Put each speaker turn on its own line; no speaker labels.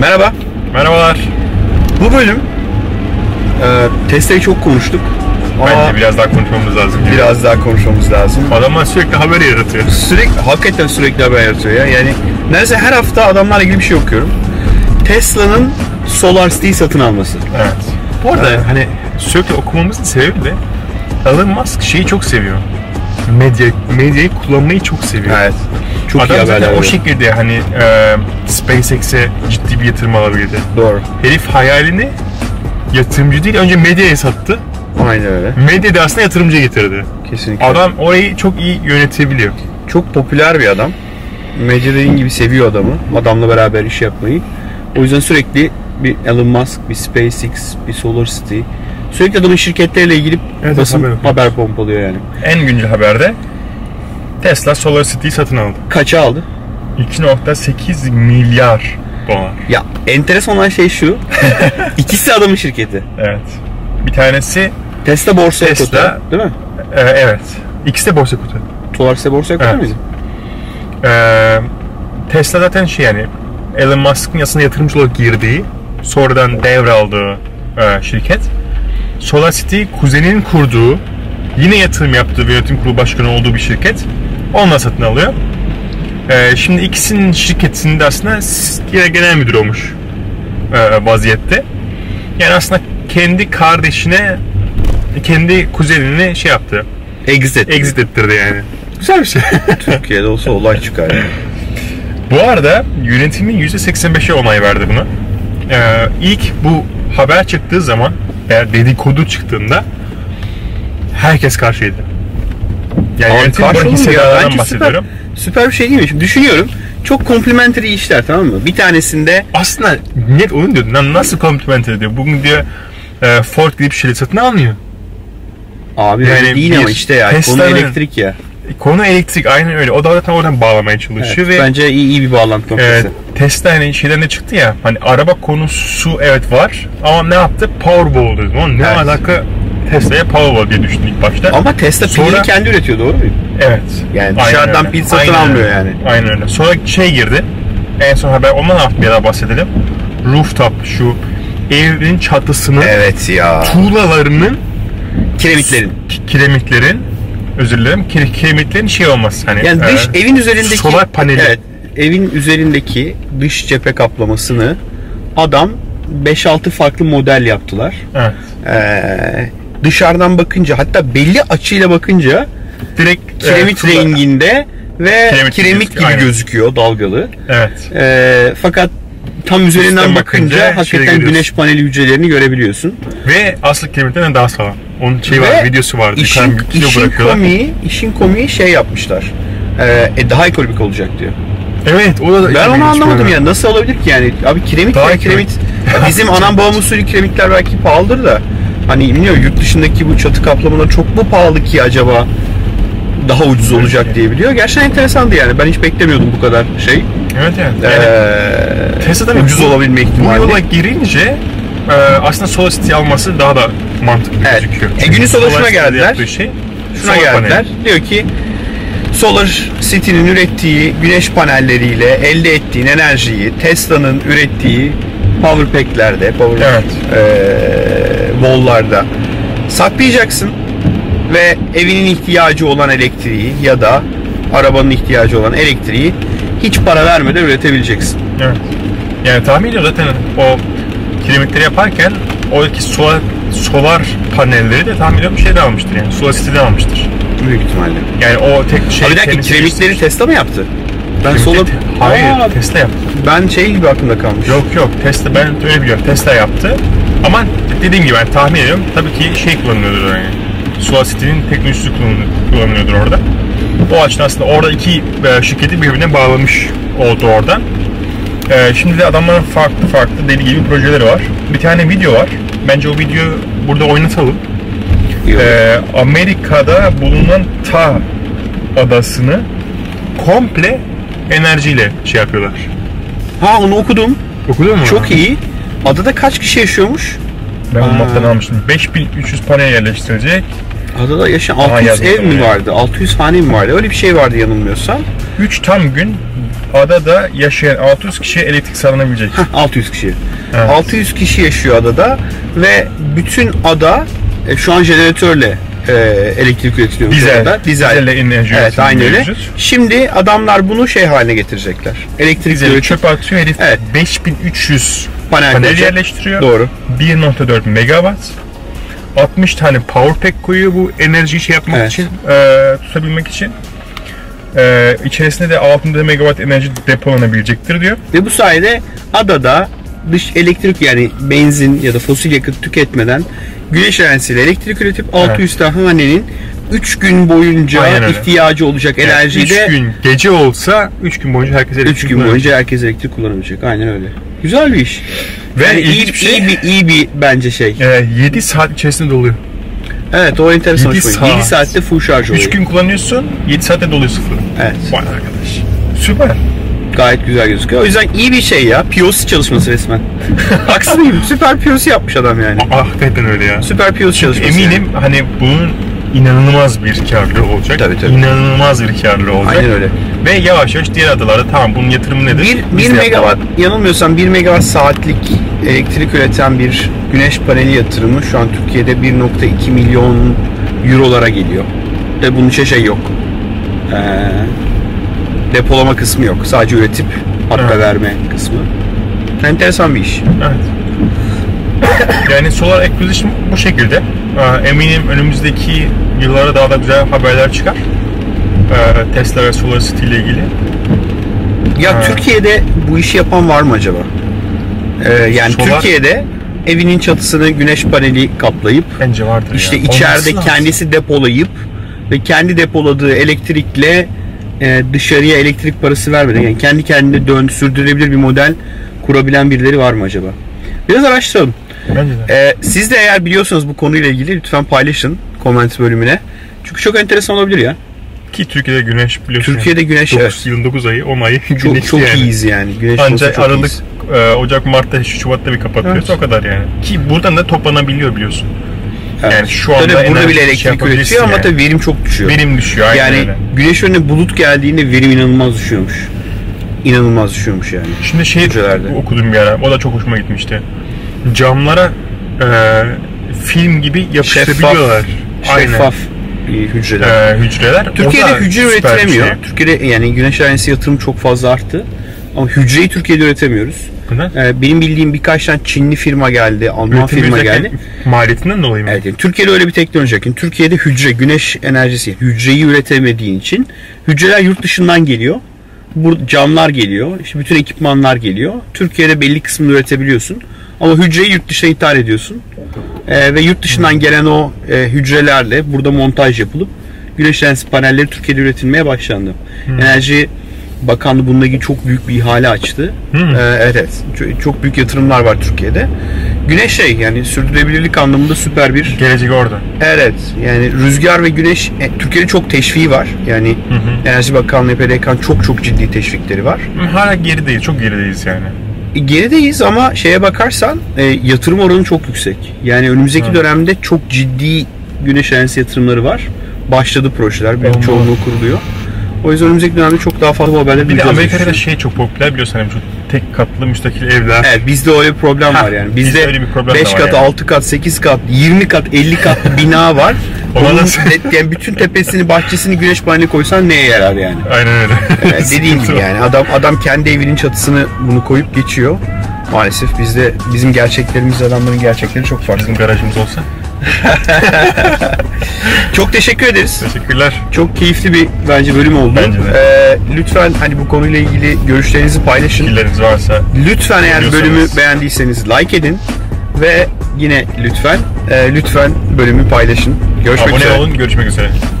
Merhaba.
Merhabalar.
Bu bölüm e, Tesla'yı çok konuştuk. Ama
Bence biraz daha konuşmamız lazım. gibi.
biraz daha konuşmamız lazım.
Adamlar sürekli haber yaratıyor.
Sürekli, hakikaten sürekli haber yaratıyor ya. Yani neredeyse her hafta adamlarla ilgili bir şey okuyorum. Tesla'nın SolarCity'yi satın alması.
Evet.
Bu arada
hani sürekli okumamızın sebebi de Elon Musk şeyi çok seviyor. Medya, medyayı kullanmayı çok seviyor.
evet. Çok
Adam
iyi
zaten
haberler.
o
veriyor.
şekilde hani e, SpaceX'e ciddi bir yatırım alabildi.
Doğru.
Herif hayalini yatırımcı değil önce medyaya sattı.
Aynen öyle.
Medya da aslında yatırımcı getirdi.
Kesinlikle.
Adam orayı çok iyi yönetebiliyor.
çok popüler bir adam. Mece dediğin gibi seviyor adamı. Adamla beraber iş yapmayı. O yüzden sürekli bir Elon Musk, bir SpaceX, bir SolarCity. Sürekli adamın şirketleriyle ilgili
Evet,
basın
haber
haber,
okuyoruz.
pompalıyor yani.
En güncel haberde Tesla SolarCity'yi satın aldı.
Kaça aldı?
2.8 milyar dolar.
Ya enteresan olan şey şu. ikisi adamın şirketi.
Evet. Bir tanesi
Tesla borsaya
Tesla.
kotar. Değil mi?
e, evet. İkisi de borsa kutu.
Solarse borsaya kotar
Evet.
mıydı?
E, Tesla zaten şey yani Elon Musk'ın aslında yatırımcı olarak girdiği, sonradan devraldığı e, şirket. SolarCity kuzeninin kurduğu, yine yatırım yaptığı ve yönetim kurulu başkanı olduğu bir şirket. Onunla satın alıyor. E, şimdi ikisinin şirketinde aslında s- yine genel müdür olmuş e, vaziyette. Yani aslında kendi kardeşine, kendi kuzenini şey yaptı.
Exit.
Exit ettirdi yani. Güzel bir şey.
Türkiye'de olsa olay çıkar. yani.
Bu arada yönetimin %85'e onay verdi buna. Ee, ilk bu haber çıktığı zaman, eğer dedikodu çıktığında herkes karşıydı. Yani
Abi
yönetim
karşı
bana
olur mu ya?
hissedarlardan
Bence süper,
bahsediyorum.
süper bir şey değil mi? Şimdi düşünüyorum. Çok complimentary işler tamam mı? Bir tanesinde
Aslında net onu diyordu. Lan nasıl kompliment ediyor? Bugün diyor e, Ford gidip şirket satın almıyor.
Abi yani
Yani
değil
bir
ama işte ya. Konu
Tesla'nın-
elektrik ya.
E, Konu elektrik aynen öyle. O da zaten oradan bağlamaya
Evet,
çalışıyor ve
bence iyi, iyi bir bağlantı
e,
noktası.
Tesla hani şeyden de çıktı ya hani araba konusu evet var ama ne yaptı? Powerball dedi. Ulan ne
Evet.
alaka Tesla'ya Powerball diye düşündük ilk başta.
Ama Tesla
Sonra-
pilini kendi üretiyor doğru mu?
evet.
Yani
Aynen
dışarıdan
öyle.
pil satın
Aynen
almıyor
öyle.
yani.
Aynen öyle. Sonra şey girdi. En son haber ondan hafta bir daha bahsedelim. Rooftop şu evin çatısını
Evet ya.
tuğlalarının
Kiremitlerin.
ki- kiremitlerin özür dilerim kire- kiremitlerin şey olması hani
Yani dış
e,
evin üzerindeki
solar paneli.
Evet. Evin üzerindeki dış cephe kaplamasını adam 5-6 farklı model yaptılar.
evet.
Ee, dışarıdan bakınca hatta belli açıyla bakınca
direkt e,
kiremit
tuğla-
renginde ve
Kiremit gibi
kiremit, gibi
gözüküyor, aynen.
gözüküyor dalgalı.
evet
Ee, fakat tam üzerinden
Üstten
bakınca,
bakınca şey
hakikaten
görüyorsun.
güneş paneli hücrelerini görebiliyorsun.
Ve asıl kiremitlerden daha sağlam. Onun şeyi
Ve
var, videosu vardı.
İşin,
bir kilo
işin
bırakıyorlar.
komiği, işin komiği şey yapmışlar. Ee, e, daha ekonomik olacak diyor.
Evet, o da
Ben onu anlamadım ya. Nasıl olabilir ki yani? Abi kiremit
Daha
ya,
ekonomik.
kiremit. Ya bizim anam babam usulü kiremitler belki pahalıdır da. Hani bilmiyorum yurt dışındaki bu çatı kaplamalar çok mu pahalı ki acaba daha ucuz olacak diye biliyor. Gerçekten enteresandı yani. Ben hiç beklemiyordum bu kadar şey.
Evet evet. Yani
Ee,
Tesla'dan
ucuz
bu-
olabilme
bu
ihtimali.
yola girince e, aslında solar city alması daha da mantıklı
Evet.
gözüküyor.
E,
Çünkü
günün sonunda
Solar
şuna
City'de
geldiler.
yaptığı Şey,
Şuna
solar paneli.
geldiler. Diyor ki Solar City'nin ürettiği güneş panelleriyle elde ettiğin enerjiyi Tesla'nın ürettiği power pack'lerde, power
Evet.
eee, wall'larda saklayacaksın ve evinin ihtiyacı olan elektriği ya da arabanın ihtiyacı olan elektriği hiç para vermeden üretebileceksin.
Evet. Yani tahmin ediyorum zaten o kiremitleri yaparken oradaki solar, solar panelleri de tahmin ediyorum şeyden almıştır yani. Solar city'den almıştır.
Büyük ihtimalle.
Yani o tek şey...
Abi bir dakika
kendisi-
kiremitleri Tesla mı yaptı? Ben solar...
Hayır,
Aa,
Tesla yaptı.
ben şey gibi aklımda kalmış.
Yok yok Tesla ben öyle biliyorum Tesla yaptı ama dediğim gibi ben tahmin ediyorum tabii ki şey kullanılıyordur yani Solar City'nin teknolojisi kullanı- kullanılıyordur orada. O açıdan aslında orada iki e, şirketi birbirine bağlamış oldu oradan. E, Şimdi de adamların farklı farklı deli gibi projeleri var. Bir tane video var. Bence o videoyu burada oynatalım.
Yok.
E, Amerika'da bulunan Ta adasını komple enerjiyle şey yapıyorlar.
Ha onu okudum.
Okudun mu?
Çok iyi. Adada kaç kişi yaşıyormuş?
Ben bu
Aa.
mapten almıştım. 5300 panel yerleştirecek.
Adada yaşayan
Aa,
600
yazmış
ev mi
oraya.
vardı? 600 hane mi vardı? Öyle bir şey vardı yanılmıyorsam.
3 tam gün adada yaşayan 600 kişiye elektrik sağlanabilecek.
600 kişi.
Evet.
600 kişi yaşıyor adada ve bütün ada e, şu an jeneratörle e, elektrik üretiliyor.
Dizel.
Dizel.
Dizelle enerji
Evet
üretimi
aynı öyle.
mevcut.
Şimdi adamlar bunu şey haline getirecekler. Elektrik
Dizeli
üretim
çöp atıyor herif
Evet.
5300
panel,
panel
koyacak.
yerleştiriyor.
Doğru.
1.4 megawatt. 60 tane power pack koyuyor bu enerji şey yapmak
Evet.
için, e, tutabilmek için. E, içerisinde de 600 megawatt enerji depolanabilecektir diyor.
Ve bu sayede adada dış elektrik yani benzin ya da fosil yakıt tüketmeden güneş enerjisiyle elektrik üretip 600 tane hanenin 3 gün boyunca
Aynen öyle.
ihtiyacı olacak enerjiyi
Üç
de
gün gece olsa 3 gün boyunca herkes
3 gün boyunca herkes elektrik kullanabilecek. Aynen öyle. Güzel bir iş.
Ve
Yani iyi,
ilginç bir şey.
iyi bir iyi bir bence şey.
7 Ee, saat içerisinde doluyor.
Evet o enteresan.
Yedi
7
saat.
saatte full şarj
3
oluyor.
gün kullanıyorsun 7 saatte doluyor sıfır.
Evet.
Vay arkadaş. Süper.
Gayet güzel gözüküyor. O yüzden iyi bir şey ya. POC çalışması resmen. Haksız mıyım? Süper POC yapmış adam yani.
Ah, hakikaten öyle ya.
Süper POC çalışması. yani.
Eminim hani bunun inanılmaz bir karlı olacak.
Tabii, tabii.
İnanılmaz bir karlı olacak.
Aynen öyle.
Ve yavaş yavaş diğer adalarda tamam bunun yatırımı nedir?
1, 1
Biz de
megawatt
yapalım.
yanılmıyorsam 1 megawatt saatlik elektrik üreten bir güneş paneli yatırımı şu an Türkiye'de 1.2 milyon eurolara geliyor. Ve bunun için şey yok. Ee, depolama kısmı yok. Sadece üretip hatta
Evet.
verme kısmı. Enteresan bir iş.
Evet. yani Solar Acquisition bu şekilde. Ee, Eminim önümüzdeki yıllara daha da güzel haberler çıkar. Ee, Tesla ve Solar City ile ilgili.
Ya
Ha.
Türkiye'de bu işi yapan var mı acaba? Ee, yani
Solar-
Türkiye'de evinin çatısını güneş paneli kaplayıp
Bence vardır
İşte
ya.
içeride
Olması lazım.
kendisi depolayıp ve kendi depoladığı elektrikle e, dışarıya elektrik parası vermeden yani kendi kendine dön sürdürülebilir bir model kurabilen birileri var mı acaba? Biraz araştıralım.
Bence de.
E, siz de eğer biliyorsanız bu konuyla ilgili lütfen paylaşın comment bölümüne. Çünkü çok enteresan olabilir ya.
Ki Türkiye'de güneş biliyorsun.
Türkiye'de güneş,
9,
evet.
Yılın 9 ayı 10 ayı
Çok
güneşli
çok
yani.
iyiyiz yani. Güneş olsa
Ancak
çok
Aralık,
iyiyiz.
e, Ocak, Mart'ta, Şubat'ta bir kapatıyoruz.
Evet.
O kadar yani. Ki buradan da toplanabiliyor biliyorsun.
Evet.
Yani şu anda
Tabii burada
enerji
bile
şey
elektrik
yapabilirsin
üretiyor ama
yani.
tabii verim çok düşüyor.
Verim düşüyor aynen
yani
öyle.
güneş önüne bulut geldiğinde verim inanılmaz düşüyormuş. İnanılmaz düşüyormuş yani.
Şimdi şey
Projelerde.
okudum bir ara. O da çok hoşuma gitmişti. Camlara e, film gibi yapıştırabiliyorlar.
şeffaf bir hücreler.
Aynen. E, hücreler. O
Türkiye'de
da
hücre
süper bir
üretilemiyor.
şey.
Türkiye'de yani güneş enerjisi yatırım çok fazla arttı. Ama hücreyi Türkiye'de üretemiyoruz.
Neden?
Ee, benim bildiğim birkaç tane Çinli firma geldi, Alman firma
Üretemeyecek
geldi.
Maliyetinden dolayı mı?
Evet, yani Türkiye'de öyle bir teknoloji yok. Yani Türkiye'de hücre, güneş enerjisi, hücreyi üretemediğin için hücreler yurt dışından geliyor. Bu camlar geliyor, işte bütün ekipmanlar geliyor. Türkiye'de belli kısmını üretebiliyorsun. Ama hücreyi yurt dışına ithal ediyorsun. Ee, ve yurt dışından gelen o e, hücrelerle burada montaj yapılıp güneş enerjisi panelleri Türkiye'de üretilmeye başlandı. Enerji Bakanlığı bununla ilgili çok büyük bir ihale açtı.
Hmm.
Ee, evet, evet. Çok- Çok büyük yatırımlar var Türkiye'de. Güneş şey yani sürdürülebilirlik anlamında süper bir
Gelecek orada.
Evet yani rüzgar ve güneş e, Türkiye'de çok teşviği var. Yani
hı.
Enerji Bakanlığı, PDK'nın çok çok ciddi teşvikleri var.
Hala gerideyiz. Çok gerideyiz yani.
E, Gerideyiz ama şeye bakarsan e, yatırım oranı çok yüksek. Yani önümüzdeki
Evet.
dönemde çok ciddi güneş enerjisi yatırımları var. Başladı projeler, büyük
Olmaz.
çoğunluğu kuruluyor. O yüzden önümüzdeki dönemde çok daha fazla bu haberleri
Bir de
duyacağız diye
Amerika'da
düşünüyorum.
şey çok popüler biliyorsun hani çok tek katlı müstakil evler.
Evet bizde öyle bir problem
Ha,
var yani.
bizde
Bizde
öyle bir problem de
5
var
kat,
yani.
6 kat, 8 kat, 20 kat, 50 kat bina var.
Ona
Onun
nasıl-
de- yani bütün tepesini, bahçesini güneş paneli koysan neye yarar yani?
Aynen öyle.
Yani dediğim gibi yani adam adam kendi evinin çatısını bunu koyup geçiyor. Maalesef bizde bizim gerçeklerimiz adamların gerçekleri çok farklı.
Bizim garajımız olsa.
Çok teşekkür ederiz.
Teşekkürler.
Çok keyifli bir bence bölüm oldu.
Bence de.
Ee, lütfen hani bu konuyla ilgili görüşlerinizi paylaşın.
Fikirleriniz varsa
Lütfen eğer
Biliyorsanız.
bölümü beğendiyseniz like edin ve yine lütfen e, lütfen bölümü paylaşın. Görüşmek
abone
üzere.
olun. Görüşmek üzere.